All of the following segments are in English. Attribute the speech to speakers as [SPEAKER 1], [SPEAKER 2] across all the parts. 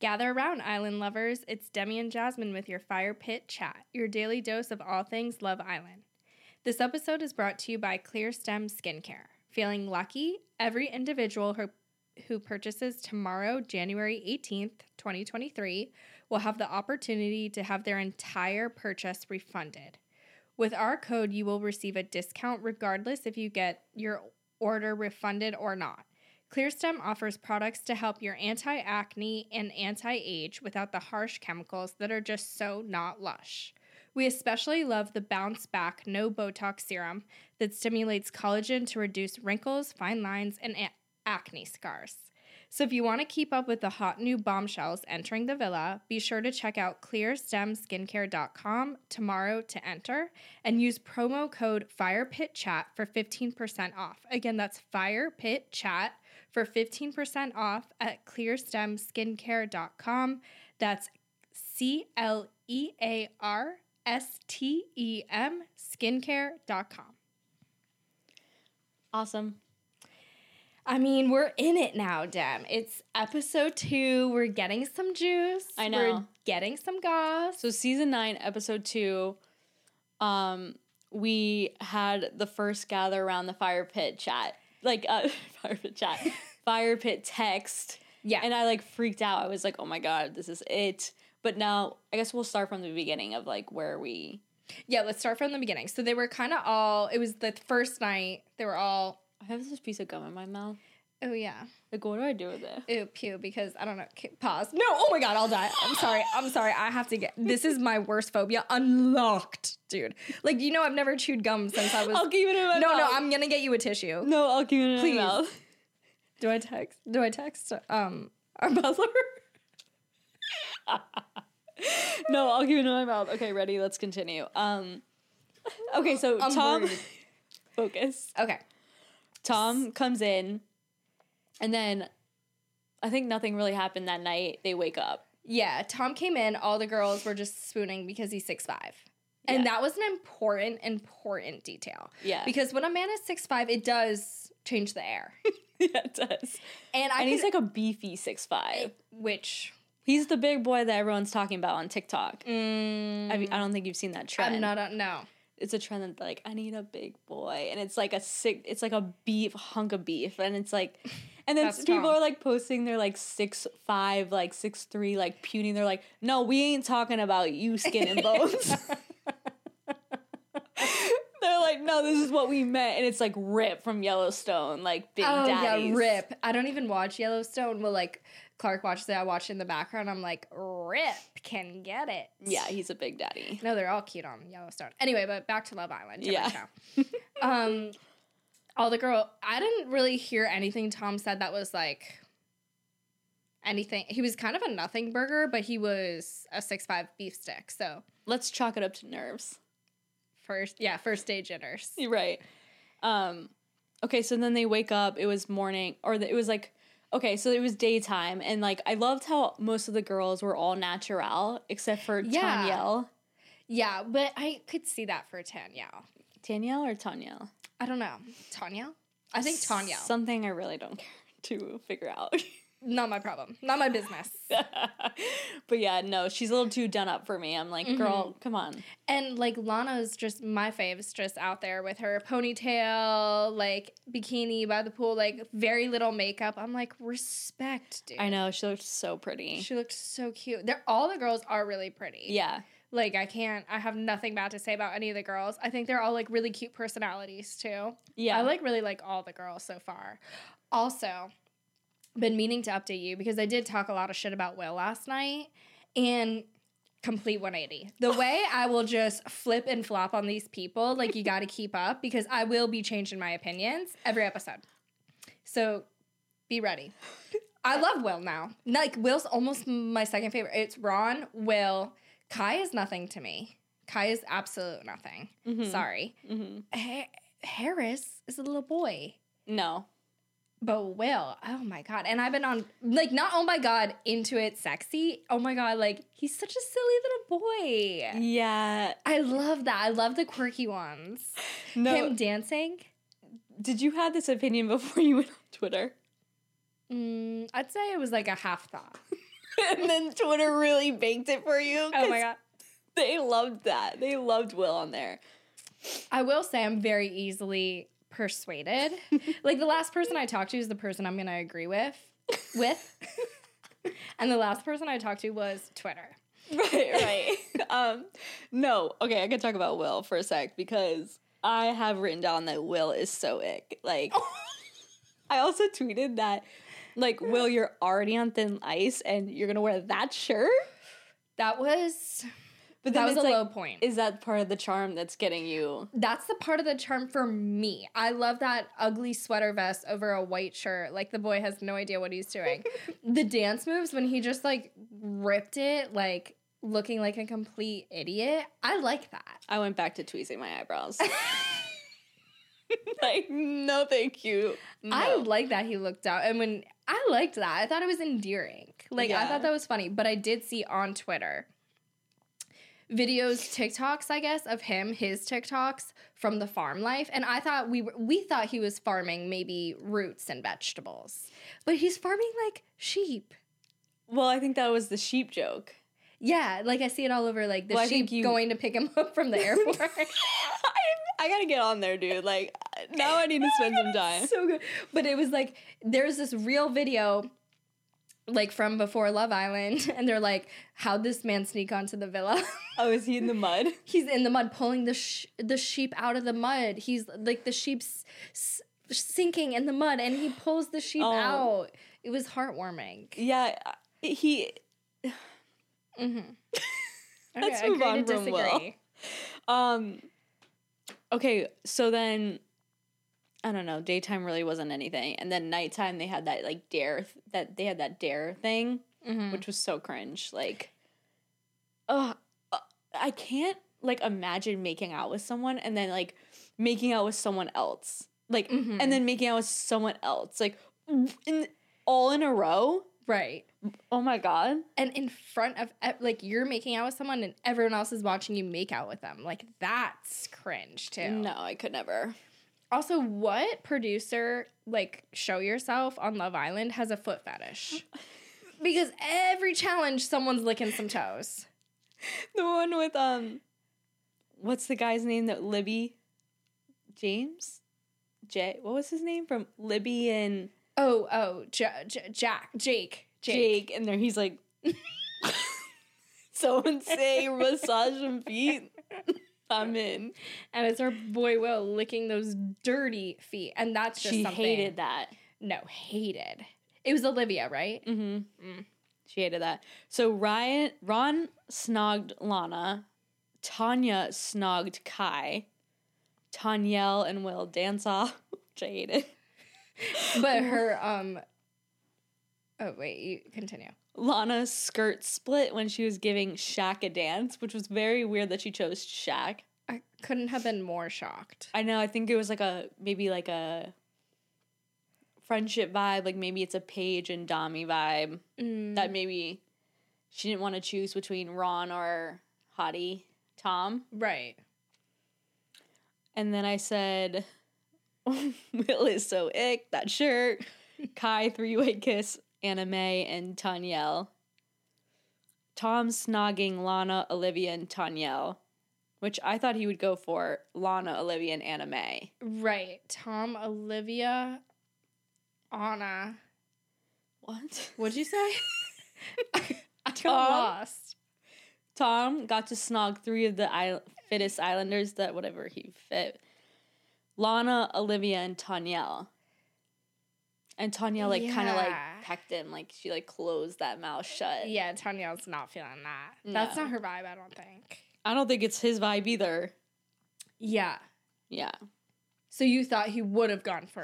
[SPEAKER 1] Gather around, island lovers. It's Demi and Jasmine with your Fire Pit Chat, your daily dose of all things Love Island. This episode is brought to you by Clear Stem Skincare. Feeling lucky? Every individual who, who purchases tomorrow, January 18th, 2023, will have the opportunity to have their entire purchase refunded. With our code, you will receive a discount regardless if you get your order refunded or not. ClearStem offers products to help your anti acne and anti age without the harsh chemicals that are just so not lush. We especially love the Bounce Back No Botox Serum that stimulates collagen to reduce wrinkles, fine lines, and a- acne scars. So if you want to keep up with the hot new bombshells entering the villa, be sure to check out clearstemskincare.com tomorrow to enter and use promo code FIREPITCHAT for 15% off. Again, that's FIREPITCHAT for 15% off at clearstemskincare.com. That's C L E A R S T E M skincare.com.
[SPEAKER 2] Awesome.
[SPEAKER 1] I mean, we're in it now, Dem. It's episode two. We're getting some juice.
[SPEAKER 2] I
[SPEAKER 1] We're
[SPEAKER 2] know.
[SPEAKER 1] getting some goss.
[SPEAKER 2] So season nine, episode two, um, we had the first gather around the fire pit chat, like uh, fire pit chat, fire pit text,
[SPEAKER 1] Yeah.
[SPEAKER 2] and I like freaked out. I was like, oh my god, this is it. But now I guess we'll start from the beginning of like where we.
[SPEAKER 1] yeah, let's start from the beginning. So they were kind of all, it was the first night. They were all,
[SPEAKER 2] I have this piece of gum in my mouth.
[SPEAKER 1] oh, yeah.
[SPEAKER 2] Like, what do I do with it?
[SPEAKER 1] Ew, pew, because I don't know. K- Pause. No, oh my God, I'll die. I'm sorry. I'm sorry. I have to get, this is my worst phobia unlocked, dude. Like, you know, I've never chewed gum since I was.
[SPEAKER 2] I'll keep it in my
[SPEAKER 1] no,
[SPEAKER 2] mouth.
[SPEAKER 1] no, I'm going to get you a tissue.
[SPEAKER 2] No, I'll keep it in
[SPEAKER 1] Please.
[SPEAKER 2] my mouth.
[SPEAKER 1] Do I text? Do I text um our butler?
[SPEAKER 2] No, I'll keep it in my mouth. Okay, ready. Let's continue. Um, okay, so
[SPEAKER 1] I'm
[SPEAKER 2] Tom,
[SPEAKER 1] worried.
[SPEAKER 2] focus.
[SPEAKER 1] Okay.
[SPEAKER 2] Tom comes in, and then I think nothing really happened that night. They wake up.
[SPEAKER 1] Yeah, Tom came in. All the girls were just spooning because he's six five, and
[SPEAKER 2] Yeah.
[SPEAKER 1] that was an important, important detail.
[SPEAKER 2] Yeah.
[SPEAKER 1] Because when a man is six five, it does change the air,
[SPEAKER 2] yeah, it does.
[SPEAKER 1] and I
[SPEAKER 2] And he's
[SPEAKER 1] can-
[SPEAKER 2] like a beefy six five.
[SPEAKER 1] which
[SPEAKER 2] He's the big boy that everyone's talking about on TikTok.
[SPEAKER 1] mm,
[SPEAKER 2] I, mean, I don't think you've seen that trend.
[SPEAKER 1] I'm not a, no.
[SPEAKER 2] it's a trend that like I need a big boy, and it's like a six. It's like a beef hunk of beef, and it's like, and then
[SPEAKER 1] That's
[SPEAKER 2] people
[SPEAKER 1] Tom.
[SPEAKER 2] are like posting their like six five, like six three, like puny. They're like, no, we ain't talking about you, skin and bones. They're like, no, this is what we meant, and it's like rip from Yellowstone, like big
[SPEAKER 1] Oh
[SPEAKER 2] daddies.
[SPEAKER 1] yeah, rip. I don't even watch Yellowstone. Well, like Clark watches it. I watch it in the background. I'm like, rip can get it.
[SPEAKER 2] Yeah, he's a big daddy.
[SPEAKER 1] No, they're all cute on Yellowstone. Anyway, but back to Love Island.
[SPEAKER 2] Yeah.
[SPEAKER 1] Yeah. um, all the girl. I didn't really hear anything Tom said that was like anything. He was kind of a nothing burger, but he was a six five beef stick. So
[SPEAKER 2] Let's chalk it up to nerves.
[SPEAKER 1] first, yeah, first day jitters.
[SPEAKER 2] You're right. Um, okay, so then they wake up. It was morning, or the, it was like, okay, so it was daytime, and like I loved how most of the girls were all natural except for
[SPEAKER 1] Yeah.
[SPEAKER 2] Tanyelle.
[SPEAKER 1] Yeah, but I could see that for Tanya.
[SPEAKER 2] Tanyelle or Tanyelle?
[SPEAKER 1] I don't know Tanya. I think Tanya.
[SPEAKER 2] Something I really don't care to figure out.
[SPEAKER 1] Not my problem. Not my business.
[SPEAKER 2] but yeah, no, she's a little too done up for me. I'm like,
[SPEAKER 1] Mm-hmm.
[SPEAKER 2] girl, come on.
[SPEAKER 1] And like Lana's just my fave's just out there with her ponytail, like bikini by the pool, like very little makeup. I'm like, respect, dude.
[SPEAKER 2] I know she looks so pretty.
[SPEAKER 1] She looked so cute. They're all the girls are really pretty.
[SPEAKER 2] yeah,
[SPEAKER 1] Like I can't I have nothing bad to say about any of the girls. I think they're all like really cute personalities too.
[SPEAKER 2] yeah.
[SPEAKER 1] I like really like all the girls so far. Also, been meaning to update you because I did talk a lot of shit about Will last night and complete 180. The way I will just flip and flop on these people, like you got to keep up because I will be changing my opinions every episode. So be ready. I love Will now. Like Will's almost my second favorite. It's Ron, Will, Kai is nothing to me. Kai is absolute nothing.
[SPEAKER 2] Mhm.
[SPEAKER 1] Sorry.
[SPEAKER 2] Mhm.
[SPEAKER 1] Ha- Harris is a little boy.
[SPEAKER 2] No,
[SPEAKER 1] But Will, oh my god. And I've been on like not oh my god into it sexy. Oh my god, like he's such a silly little boy.
[SPEAKER 2] yeah,
[SPEAKER 1] I love that. I love the quirky ones.
[SPEAKER 2] no.
[SPEAKER 1] Him dancing?
[SPEAKER 2] Did you have this opinion before you went on Twitter?
[SPEAKER 1] Mm, I'd say it was like a half thought.
[SPEAKER 2] and then Twitter really banked it for you.
[SPEAKER 1] Oh my
[SPEAKER 2] 'cause
[SPEAKER 1] god.
[SPEAKER 2] They loved that. They loved Will on there.
[SPEAKER 1] I will say I'm very easily persuaded. like the last person I talked to is the person I'm gonna agree with with. and the last person I talked to was Twitter.
[SPEAKER 2] Right, right. um, no, okay, I can talk about Will for a sec because I have written down that Will is so ick. Like, I also tweeted that, like, Will, you're already on thin ice and you're gonna wear that shirt.
[SPEAKER 1] That was
[SPEAKER 2] But
[SPEAKER 1] that was a
[SPEAKER 2] it's like,
[SPEAKER 1] low point.
[SPEAKER 2] Is that part of the charm that's getting you?
[SPEAKER 1] That's the part of the charm for me. I love that ugly sweater vest over a white shirt. Like the boy has no idea what he's doing. the dance moves when he just like ripped it, like looking like a complete idiot. I like that.
[SPEAKER 2] I went back to tweezing my eyebrows. like, no, thank you.
[SPEAKER 1] I
[SPEAKER 2] No.
[SPEAKER 1] like that he looked out. And when I liked that, I thought it was endearing. Like I
[SPEAKER 2] Yeah.
[SPEAKER 1] thought that was funny. But I did see on Twitter videos, TikToks, I guess, of him, his TikToks from the farm life. And I thought we were, we thought he was farming maybe roots and vegetables. But he's farming like sheep.
[SPEAKER 2] well, I think that was the sheep joke.
[SPEAKER 1] Yeah, like I see it all over like the
[SPEAKER 2] Well, I think
[SPEAKER 1] sheep
[SPEAKER 2] you-
[SPEAKER 1] going to pick him up from the airport.
[SPEAKER 2] I, I gotta get on there, dude. Like, now I need to spend some time.
[SPEAKER 1] so good. But it was like there's this real video like from before Love Island, and they're like, "How'd this man sneak onto the villa?
[SPEAKER 2] Oh, is he in the mud?
[SPEAKER 1] He's in the mud, pulling the sh- the sheep out of the mud. He's like the sheep's s- sinking in the mud, and he pulls the sheep
[SPEAKER 2] Oh.
[SPEAKER 1] out. It was heartwarming.
[SPEAKER 2] Yeah, I- he.
[SPEAKER 1] Mm-hmm.
[SPEAKER 2] Let's move on from Will. Um. Okay, so then, I don't know. Daytime really wasn't anything, and then nighttime they had that like dare th- that they had that dare thing,
[SPEAKER 1] Mhm.
[SPEAKER 2] which was so cringe. Like, oh, I can't like imagine making out with someone and then like making out with someone else, like,
[SPEAKER 1] Mhm.
[SPEAKER 2] and then making out with someone else, like, in all in a row.
[SPEAKER 1] Right.
[SPEAKER 2] Oh my god.
[SPEAKER 1] and in front of ev- like you're making out with someone and everyone else is watching you make out with them like that's cringe too
[SPEAKER 2] No, I could never.
[SPEAKER 1] also what producer like show yourself on love island has a foot fetish because every challenge someone's licking some toes
[SPEAKER 2] The one with um what's the guy's name that Libby James? J what was his name from Libby and
[SPEAKER 1] oh oh J- J- jack jake jake,
[SPEAKER 2] Jake, and there he's like so insane massage and feet. I'm in.
[SPEAKER 1] and it's our boy will licking those dirty feet and that's just
[SPEAKER 2] she
[SPEAKER 1] something
[SPEAKER 2] hated that.
[SPEAKER 1] no hated it was olivia right
[SPEAKER 2] Mm-hmm.
[SPEAKER 1] Mm.
[SPEAKER 2] She hated that. So Ryan Ron snogged Lana, Tanya snogged Kai, Tanyelle and Will dance off, which I hated.
[SPEAKER 1] but her um oh wait you continue
[SPEAKER 2] Lana's skirt split when she was giving Shaq a dance, which was very weird that she chose Shaq.
[SPEAKER 1] I couldn't have been more shocked.
[SPEAKER 2] I know, I think it was like a maybe like a friendship vibe, like maybe it's a Paige and Dami vibe.
[SPEAKER 1] Mm.
[SPEAKER 2] That maybe she didn't want to choose between Ron or Hottie Tom.
[SPEAKER 1] right.
[SPEAKER 2] And then I said, Will is so ick, that shirt. Kai three way kiss, anime, and Tanyelle. Tom snogging Lana, Olivia, and Tanyelle, which I thought he would go for Lana, Olivia, and anime.
[SPEAKER 1] Right. Tom, Olivia, Anna.
[SPEAKER 2] What?
[SPEAKER 1] What'd you say? I got
[SPEAKER 2] Tom?
[SPEAKER 1] lost.
[SPEAKER 2] Tom got to snog three of the isl- fittest islanders that whatever he fit. Lana, Olivia, and Tanyelle. And Tanya like kind of like
[SPEAKER 1] Yeah.
[SPEAKER 2] pecked him, like she like closed that mouth shut.
[SPEAKER 1] Yeah, Tanya's not feeling that. That's
[SPEAKER 2] No.
[SPEAKER 1] not her vibe, I don't think.
[SPEAKER 2] I don't think it's his vibe either.
[SPEAKER 1] Yeah.
[SPEAKER 2] Yeah,
[SPEAKER 1] So you thought he would have gone for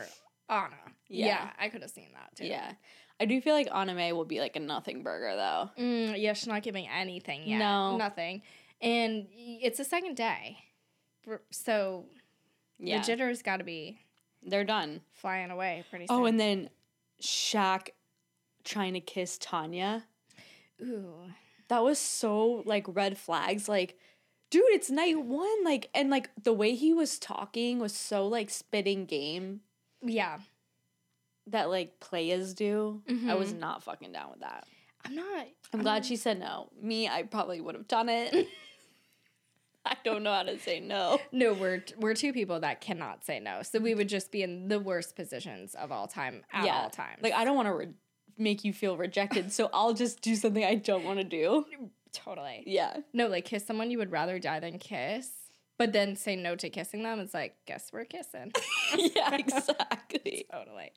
[SPEAKER 1] Anna.
[SPEAKER 2] Yeah.
[SPEAKER 1] Yeah. I could have seen that too.
[SPEAKER 2] yeah. I do feel like anime will be like a nothing burger though.
[SPEAKER 1] Mm, yeah, she's not giving anything yet.
[SPEAKER 2] No.
[SPEAKER 1] Nothing. And y- it's the second day. R- So
[SPEAKER 2] Yeah,
[SPEAKER 1] the jitter's got to be
[SPEAKER 2] they're done.
[SPEAKER 1] flying away pretty soon.
[SPEAKER 2] Oh, and then Shaq trying to kiss Tanya.
[SPEAKER 1] Ooh.
[SPEAKER 2] That was so like red flags. Like, dude, it's night one. Like, and like the way he was talking was so like spitting game
[SPEAKER 1] Yeah.
[SPEAKER 2] that like players do. I was
[SPEAKER 1] Mhm.
[SPEAKER 2] not fucking down with that.
[SPEAKER 1] I'm not.
[SPEAKER 2] Mm-hmm. I'm glad she said no. Me, I probably would have done it. I don't know how to say no.
[SPEAKER 1] No, we're we're two people that cannot say no. So we would just be in the worst positions of all time at all times.
[SPEAKER 2] Like I don't want to re- make you feel rejected, so I'll just do something I don't want to do.
[SPEAKER 1] totally.
[SPEAKER 2] Yeah.
[SPEAKER 1] No, like kiss someone you would rather die than kiss, but then say no to kissing them. It's like, guess we're kissing.
[SPEAKER 2] yeah, exactly.
[SPEAKER 1] totally.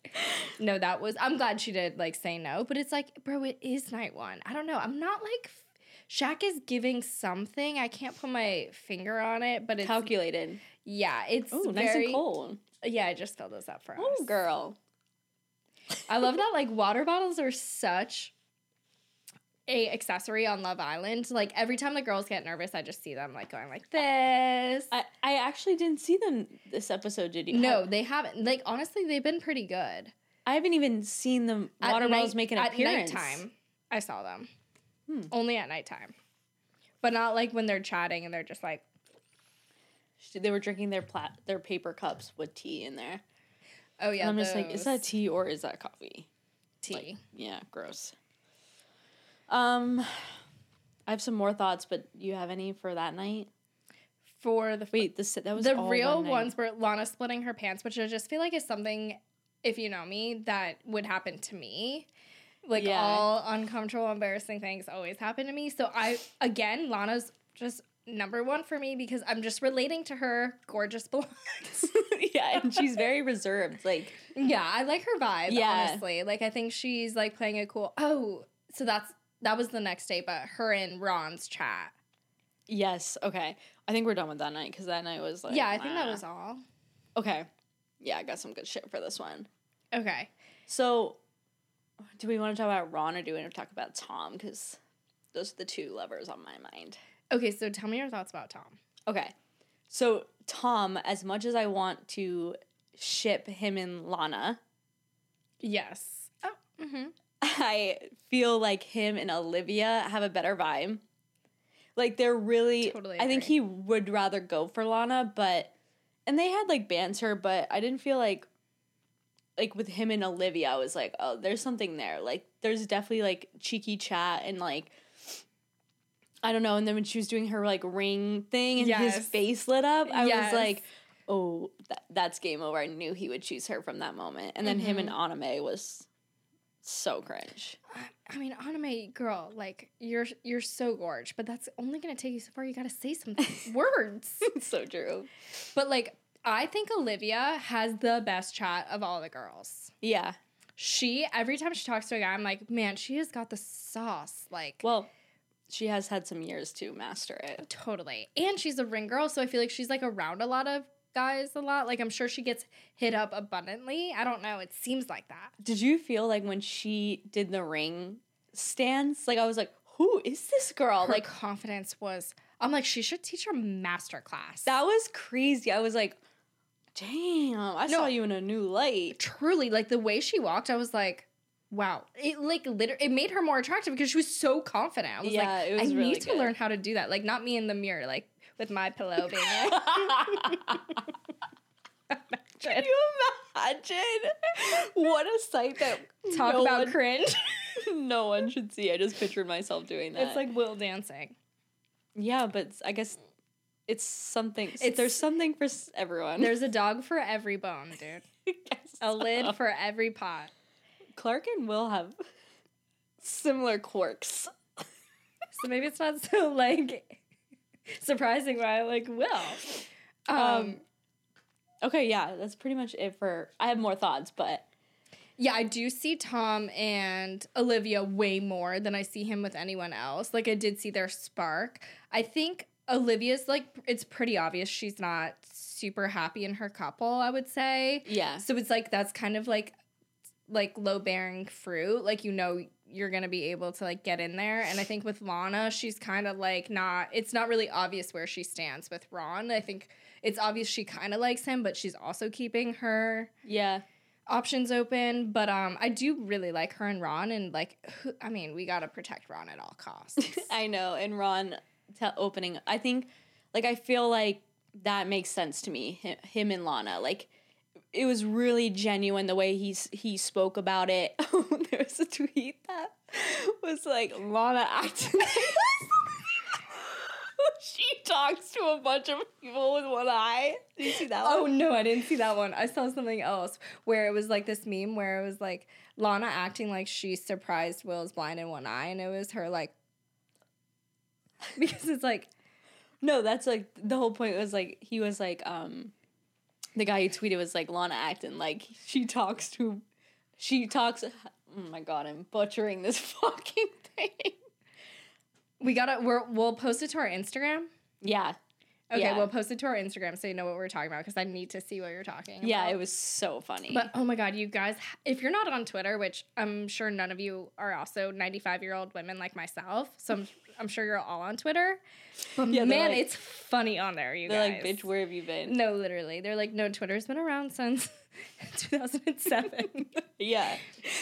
[SPEAKER 1] No, that was. I'm glad she did like say no, but it's like, bro, it is night one. I don't know. I'm not like. f- Shaq is giving something. I can't put my finger on it, but it's
[SPEAKER 2] Calculated.
[SPEAKER 1] yeah, it's
[SPEAKER 2] Oh, nice
[SPEAKER 1] very
[SPEAKER 2] and cold.
[SPEAKER 1] yeah. I just filled this up for us.
[SPEAKER 2] Oh, girl.
[SPEAKER 1] I love that like water bottles are such a accessory on Love Island. Like every time the girls get nervous, I just see them like going like this.
[SPEAKER 2] I, I actually didn't see them this episode, did you?
[SPEAKER 1] no, they haven't. Like honestly, they've been pretty good.
[SPEAKER 2] I, I haven't even seen them
[SPEAKER 1] At
[SPEAKER 2] water bottles
[SPEAKER 1] night-
[SPEAKER 2] make an
[SPEAKER 1] at
[SPEAKER 2] appearance.
[SPEAKER 1] nighttime. I saw them
[SPEAKER 2] Hmm.
[SPEAKER 1] only at nighttime, but not like when they're chatting and they're just like.
[SPEAKER 2] They were drinking their pla- their paper cups with tea in there.
[SPEAKER 1] Oh yeah,
[SPEAKER 2] and I'm just like,
[SPEAKER 1] those
[SPEAKER 2] is that tea or is that coffee?
[SPEAKER 1] tea?
[SPEAKER 2] like- Yeah, gross. Um, I have some more thoughts, but you have any for that night?
[SPEAKER 1] for the
[SPEAKER 2] Wait, this that was
[SPEAKER 1] the
[SPEAKER 2] all
[SPEAKER 1] real
[SPEAKER 2] one night.
[SPEAKER 1] ones were Lana splitting her pants, which I just feel like is something, if you know me, that would happen to me. Like
[SPEAKER 2] Yeah.
[SPEAKER 1] all uncomfortable, embarrassing things always happen to me. So I again, Lana's just number one for me because I'm just relating to her gorgeous blonde.
[SPEAKER 2] yeah, and she's very reserved. Like,
[SPEAKER 1] yeah, I like her vibe.
[SPEAKER 2] Yeah.
[SPEAKER 1] honestly, like I think she's like playing a cool. Oh, so that's that was the next day, but her and Ron's chat.
[SPEAKER 2] yes, okay. I think we're done with that night because that night was like.
[SPEAKER 1] yeah, I think that
[SPEAKER 2] nah.
[SPEAKER 1] was all.
[SPEAKER 2] Okay. Yeah, I got some good shit for this one.
[SPEAKER 1] Okay.
[SPEAKER 2] So, do we want to talk about Ron or do we want to talk about Tom? Because those are the two lovers on my mind.
[SPEAKER 1] Okay, so tell me your thoughts about Tom.
[SPEAKER 2] Okay. So, Tom, as much as I want to ship him and Lana,
[SPEAKER 1] Yes. Oh, mm-hmm.
[SPEAKER 2] I feel like him and Olivia have a better vibe. Like they're really
[SPEAKER 1] Totally
[SPEAKER 2] I think
[SPEAKER 1] agree.
[SPEAKER 2] he would rather go for Lana, but and they had like banter, but I didn't feel like like with him and Olivia, I was like, oh, there's something there. Like there's definitely like cheeky chat and like I don't know, and then when she was doing her like ring thing and
[SPEAKER 1] Yes.
[SPEAKER 2] his face lit up, I
[SPEAKER 1] Yes.
[SPEAKER 2] was like, oh, that, that's game over. I knew he would choose her from that moment. And then him and Anime was so cringe.
[SPEAKER 1] I mean, anime girl, like you're you're so gorge, but that's only gonna take you so far. You gotta say some words.
[SPEAKER 2] so true.
[SPEAKER 1] But like, I think Olivia has the best chat of all the girls.
[SPEAKER 2] Yeah.
[SPEAKER 1] She every time she talks to a guy, I'm like, man, she has got the sauce. Like,
[SPEAKER 2] Well, she has had some years to master it.
[SPEAKER 1] totally. And she's a ring girl, so I feel like she's like around a lot of guys a lot. Like, I'm sure she gets hit up abundantly. I don't know. It seems like that.
[SPEAKER 2] Did you feel like when she did the ring stance, like I was like, who is this girl?
[SPEAKER 1] Her
[SPEAKER 2] Like
[SPEAKER 1] confidence was. I'm like, she should teach a master class.
[SPEAKER 2] that was crazy. I was like, damn, I
[SPEAKER 1] No.
[SPEAKER 2] saw you in a new light.
[SPEAKER 1] truly like the way she walked i was like wow it like literally it made her more attractive because she was so confident i was
[SPEAKER 2] Yeah,
[SPEAKER 1] like
[SPEAKER 2] it was
[SPEAKER 1] i
[SPEAKER 2] really
[SPEAKER 1] need to
[SPEAKER 2] good.
[SPEAKER 1] learn how to do that like not me in the mirror like with my pillow being like
[SPEAKER 2] Can you imagine what a sight that
[SPEAKER 1] talk
[SPEAKER 2] no
[SPEAKER 1] about
[SPEAKER 2] one-
[SPEAKER 1] cringe
[SPEAKER 2] no one should see. I just pictured myself doing that.
[SPEAKER 1] it's like will dancing
[SPEAKER 2] yeah, but I guess it's something.
[SPEAKER 1] It's-
[SPEAKER 2] there's something for s- everyone.
[SPEAKER 1] there's a dog for every bone dude a lid for every pot
[SPEAKER 2] Um, Clark and Will have similar quirks.
[SPEAKER 1] so maybe it's not so like surprising why i like will um,
[SPEAKER 2] Um, Okay, yeah, that's pretty much it for. I have more thoughts, but
[SPEAKER 1] Yeah, I do see Tom and Olivia way more than I see him with anyone else. Like I did see their spark. I think Olivia's like it's pretty obvious she's not super happy in her couple, I would say.
[SPEAKER 2] yeah,
[SPEAKER 1] So it's like that's kind of like like low bearing fruit. Like you know you're gonna be able to like get in there. And I think with Lana, she's kind of like not it's not really obvious where she stands with Ron. I think it's obvious she kind of likes him, but she's also keeping her
[SPEAKER 2] yeah,
[SPEAKER 1] options open, but um, I do really like her and Ron, and like, who, I mean, we gotta protect Ron at all costs.
[SPEAKER 2] I know. And Ron t- opening. I think, like, I feel like that makes sense to me. hi- Him and Lana, like. It was really genuine the way he s- he spoke about it. there was a tweet that was like Lana Acton. she talks to a bunch of people with one eye. Did you see that one?
[SPEAKER 1] Oh no, I didn't see that one. I saw something else where it was like this meme where it was like Lana acting like she's surprised Will's blind in one eye, and it was her like because it's like
[SPEAKER 2] No, that's like the whole point was like he was like um the guy who tweeted was like Lana Acton like she talks to she talks oh my god I'm butchering this fucking thing.
[SPEAKER 1] we gotta we're, we'll post it to our Instagram.
[SPEAKER 2] Yeah.
[SPEAKER 1] Okay,
[SPEAKER 2] Yeah.
[SPEAKER 1] we'll post it to our Instagram so you know what we're talking about because I need to see what you're talking.
[SPEAKER 2] Yeah,
[SPEAKER 1] about.
[SPEAKER 2] it was so funny.
[SPEAKER 1] But oh my god, you guys, if you're not on Twitter, which I'm sure none of you are also 95 year old women like myself, so I'm, I'm sure you're all on Twitter. But
[SPEAKER 2] Yeah, they're
[SPEAKER 1] man,
[SPEAKER 2] like-
[SPEAKER 1] it's funny on there, you
[SPEAKER 2] They're
[SPEAKER 1] guys.
[SPEAKER 2] like, bitch, where have you been?
[SPEAKER 1] No, literally. They're like, no, Twitter's been around since 2007.
[SPEAKER 2] yeah.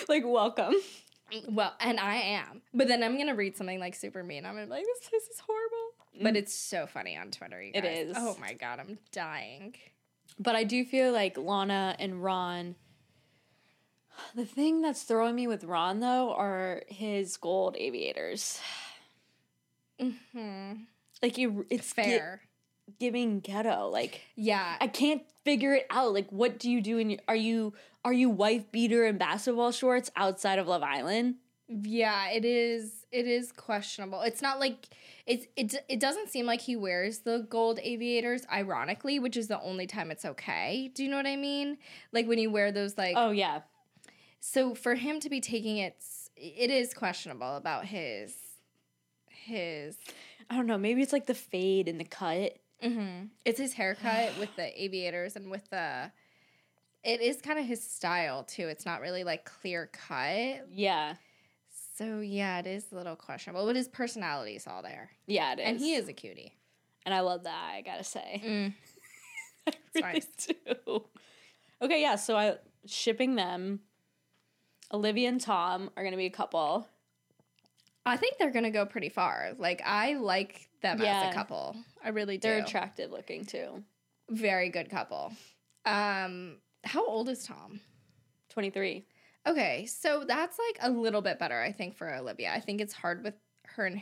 [SPEAKER 2] Like welcome.
[SPEAKER 1] well, and I am. But then I'm going to read something like super mean. I'm gonna be like, this place is horrible. But it's so funny on Twitter, you
[SPEAKER 2] It
[SPEAKER 1] guys.
[SPEAKER 2] is.
[SPEAKER 1] Oh my God, I'm dying.
[SPEAKER 2] But I do feel like Lana and Ron. The thing that's throwing me with Ron though are his gold aviators.
[SPEAKER 1] Hmm.
[SPEAKER 2] Like it, it's gi-
[SPEAKER 1] Fair.
[SPEAKER 2] giving ghetto. Like
[SPEAKER 1] yeah.
[SPEAKER 2] I can't figure it out. Like what do you do? In your, are you are you wife beater in basketball shorts outside of Love Island?
[SPEAKER 1] Yeah, it is. It is questionable. It's not like it's it. d- It doesn't seem like he wears the gold aviators, ironically, which is the only time it's okay. Do you know what I mean? Like when you wear those, like
[SPEAKER 2] Oh yeah,
[SPEAKER 1] so for him to be taking it, s- it is questionable about his his.
[SPEAKER 2] I don't know. Maybe it's like the fade and the cut.
[SPEAKER 1] hmm It's his haircut with the aviators and with the. It is kind of his style too. It's not really like clear cut.
[SPEAKER 2] Yeah,
[SPEAKER 1] So yeah, it is a little questionable, but his personality is all there,
[SPEAKER 2] yeah, it is.
[SPEAKER 1] and he is a cutie.
[SPEAKER 2] and I love that. I gotta say,
[SPEAKER 1] Mm.
[SPEAKER 2] I really do. Okay, yeah. So I shipping them. Olivia and Tom are gonna be a couple.
[SPEAKER 1] I think they're gonna go pretty far. Like I like them as
[SPEAKER 2] Yeah.
[SPEAKER 1] a couple. I really do.
[SPEAKER 2] They're attractive looking too.
[SPEAKER 1] Very good couple. Um, how old is Tom?
[SPEAKER 2] Twenty three.
[SPEAKER 1] Okay, so that's like a little bit better, I think, for Olivia. I think it's hard with her and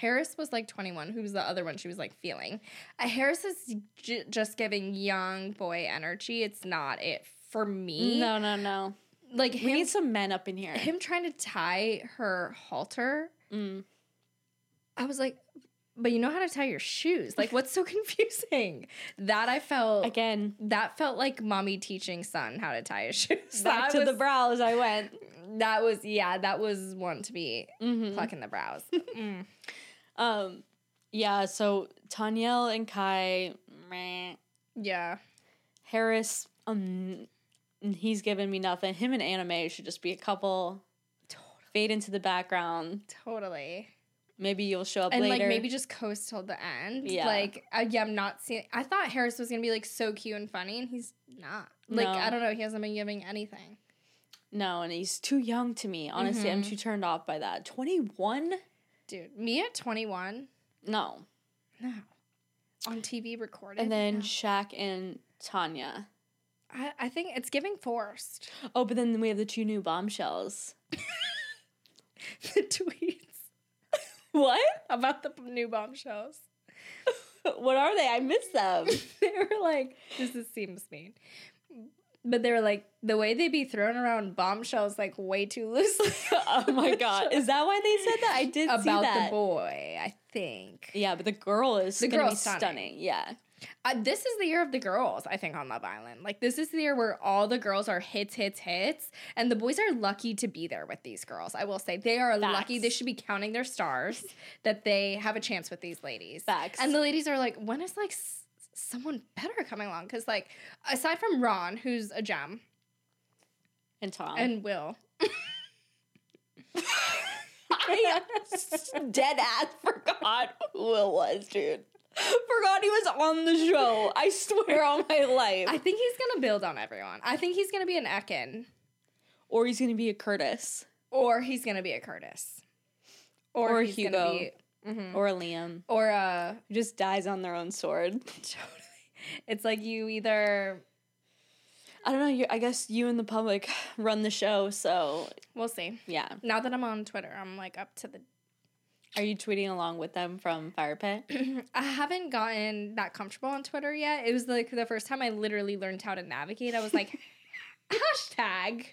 [SPEAKER 1] Harris was like 21. Who was the other one? She was like feeling. Uh, Harris is j- just giving young boy energy. It's not it for me.
[SPEAKER 2] No, no, no.
[SPEAKER 1] like
[SPEAKER 2] We
[SPEAKER 1] him,
[SPEAKER 2] need some men up in here.
[SPEAKER 1] him trying to tie her halter
[SPEAKER 2] Mm.
[SPEAKER 1] I was like, but you know how to tie your shoes. Like, what's so confusing? That I felt
[SPEAKER 2] Again,
[SPEAKER 1] that felt like mommy teaching son how to tie his shoes.
[SPEAKER 2] back
[SPEAKER 1] that
[SPEAKER 2] to
[SPEAKER 1] was,
[SPEAKER 2] the brows I went.
[SPEAKER 1] That was yeah, that was one to be
[SPEAKER 2] Mhm.
[SPEAKER 1] plucking the brows. Mm.
[SPEAKER 2] Um, yeah. So Tanyelle and Kai, meh.
[SPEAKER 1] Yeah,
[SPEAKER 2] Harris, um, he's given me nothing. Him and Anime should just be a couple. Fade into the background.
[SPEAKER 1] totally.
[SPEAKER 2] Maybe you'll show up
[SPEAKER 1] And
[SPEAKER 2] later.
[SPEAKER 1] like maybe just coast till the end.
[SPEAKER 2] Yeah.
[SPEAKER 1] Like I, yeah, I'm not seeing. I thought Harris was gonna be like so cute and funny, and he's not. Like
[SPEAKER 2] No.
[SPEAKER 1] I don't know, he hasn't been giving anything.
[SPEAKER 2] no, and he's too young to me. Honestly, I'm
[SPEAKER 1] Mhm.
[SPEAKER 2] too turned off by that. Twenty one?
[SPEAKER 1] Dude, me at 21,
[SPEAKER 2] No.
[SPEAKER 1] no, on TV recorded.
[SPEAKER 2] And then
[SPEAKER 1] no.
[SPEAKER 2] Shaq and Tanya.
[SPEAKER 1] I, I think it's giving forced.
[SPEAKER 2] Oh, but then we have the two new bombshells.
[SPEAKER 1] the tweets
[SPEAKER 2] What?
[SPEAKER 1] about the new bombshells.
[SPEAKER 2] What are they? I missed them.
[SPEAKER 1] they were like, this is, seems mean. But they were like, the way they be throwing around bombshells like way too loosely.
[SPEAKER 2] oh my god. Is that why they said that? I did see
[SPEAKER 1] about
[SPEAKER 2] that.
[SPEAKER 1] the boy, I think.
[SPEAKER 2] Yeah, but the girl is
[SPEAKER 1] The
[SPEAKER 2] gonna
[SPEAKER 1] girl's
[SPEAKER 2] be
[SPEAKER 1] stunning.
[SPEAKER 2] stunning. Yeah,
[SPEAKER 1] Uh, this is the year of the girls, I think, on Love Island. Like, this is the year where all the girls are hits, hits, hits. And the boys are lucky to be there with these girls. I will say they are lucky.
[SPEAKER 2] Facts.
[SPEAKER 1] They should be counting their stars that they have a chance with these ladies.
[SPEAKER 2] facts.
[SPEAKER 1] And the ladies are like, when is like s- someone better coming along? Because like, aside from Ron, who's a gem,
[SPEAKER 2] and Tom
[SPEAKER 1] and Will,
[SPEAKER 2] I dead ass forgot who it was, dude. Forgot he was on the show. I swear on my life.
[SPEAKER 1] I think he's gonna build on everyone. I think he's gonna be an Ekin,
[SPEAKER 2] or he's gonna be a Curtis
[SPEAKER 1] or he's gonna be a Curtis, or,
[SPEAKER 2] Or
[SPEAKER 1] he's
[SPEAKER 2] Hugo. Mm-hmm.
[SPEAKER 1] gonna be, Mhm.
[SPEAKER 2] or a Liam
[SPEAKER 1] or uh,
[SPEAKER 2] who just dies on their own sword.
[SPEAKER 1] totally. It's like you either.
[SPEAKER 2] I don't know. You, I guess you and the public run the show, so
[SPEAKER 1] We'll see.
[SPEAKER 2] yeah.
[SPEAKER 1] Now that I'm on Twitter, I'm like up to the.
[SPEAKER 2] Are you tweeting along with them from Fire Pit?
[SPEAKER 1] I haven't gotten that comfortable on Twitter yet. It was like the first time I literally learned how to navigate. I was like, hashtag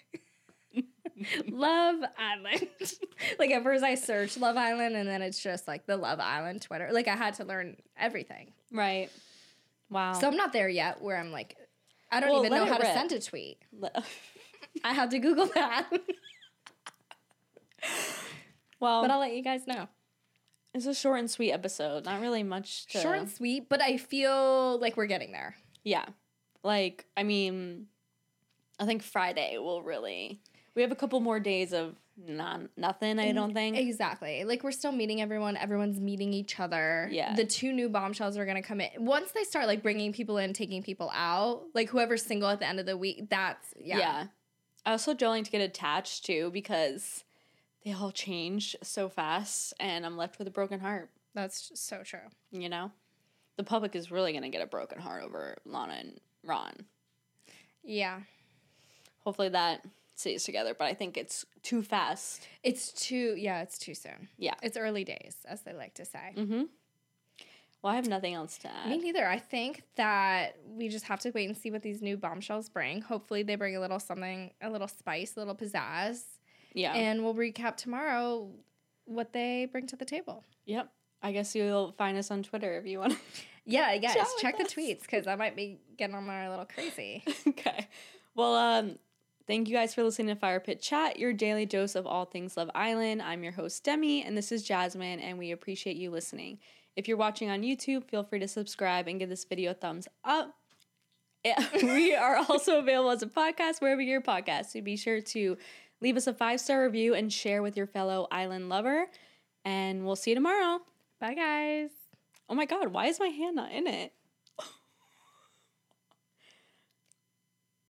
[SPEAKER 1] Love Island. like at first I searched Love Island and then it's just like the Love Island Twitter. Like I had to learn everything.
[SPEAKER 2] right. Wow.
[SPEAKER 1] So I'm not there yet where I'm like, I don't
[SPEAKER 2] Oh. Well,
[SPEAKER 1] even
[SPEAKER 2] let
[SPEAKER 1] know
[SPEAKER 2] it
[SPEAKER 1] how to
[SPEAKER 2] rip.
[SPEAKER 1] send a tweet.
[SPEAKER 2] Le-
[SPEAKER 1] I had to Google that.
[SPEAKER 2] well, Oh.
[SPEAKER 1] but I'll let you guys know.
[SPEAKER 2] it's a short and sweet episode. Not really much to.
[SPEAKER 1] Short and sweet, but I feel like we're getting there.
[SPEAKER 2] Yeah. Like, I mean, I think Friday will really. We have a couple more days of non nothing, I don't think.
[SPEAKER 1] Exactly. Like we're still meeting everyone. Everyone's meeting each other.
[SPEAKER 2] Yeah.
[SPEAKER 1] The two new bombshells are gonna come in. Once they start like bringing people in, taking people out, like whoever's single at the end of the week, that's yeah.
[SPEAKER 2] I also don't like to get attached to because they all change so fast and I'm left with a broken heart,
[SPEAKER 1] That's just so true.
[SPEAKER 2] you know? The public is really going to get a broken heart over Lana and Ron.
[SPEAKER 1] Yeah.
[SPEAKER 2] Hopefully that stays together, but I think it's too fast.
[SPEAKER 1] It's too yeah, it's too soon.
[SPEAKER 2] Yeah.
[SPEAKER 1] It's early days, as they like to say.
[SPEAKER 2] Mm hmm. Well, I have nothing else to add.
[SPEAKER 1] Me neither. I think that we just have to wait and see what these new bombshells bring. Hopefully they bring a little something, a little spice, a little pizzazz.
[SPEAKER 2] Yeah.
[SPEAKER 1] And we'll recap tomorrow what they bring to the table.
[SPEAKER 2] Yep. I guess you'll find us on Twitter if you want.
[SPEAKER 1] Yeah, yes.
[SPEAKER 2] Chat with
[SPEAKER 1] Check the
[SPEAKER 2] us.
[SPEAKER 1] tweets because I might be getting on there a little crazy.
[SPEAKER 2] okay. Well, um, thank you guys for listening to Fire Pit Chat, your daily dose of all things Love Island. I'm your host, Demi, and this is Jasmine, and we appreciate you listening. If you're watching on YouTube, feel free to subscribe and give this video a thumbs up. Yeah, we are also available as a podcast wherever your podcast. So be sure to leave us a five star review and share with your fellow island lover. And we'll see you tomorrow.
[SPEAKER 1] Bye, guys.
[SPEAKER 2] Oh my God, why is my hand not in it?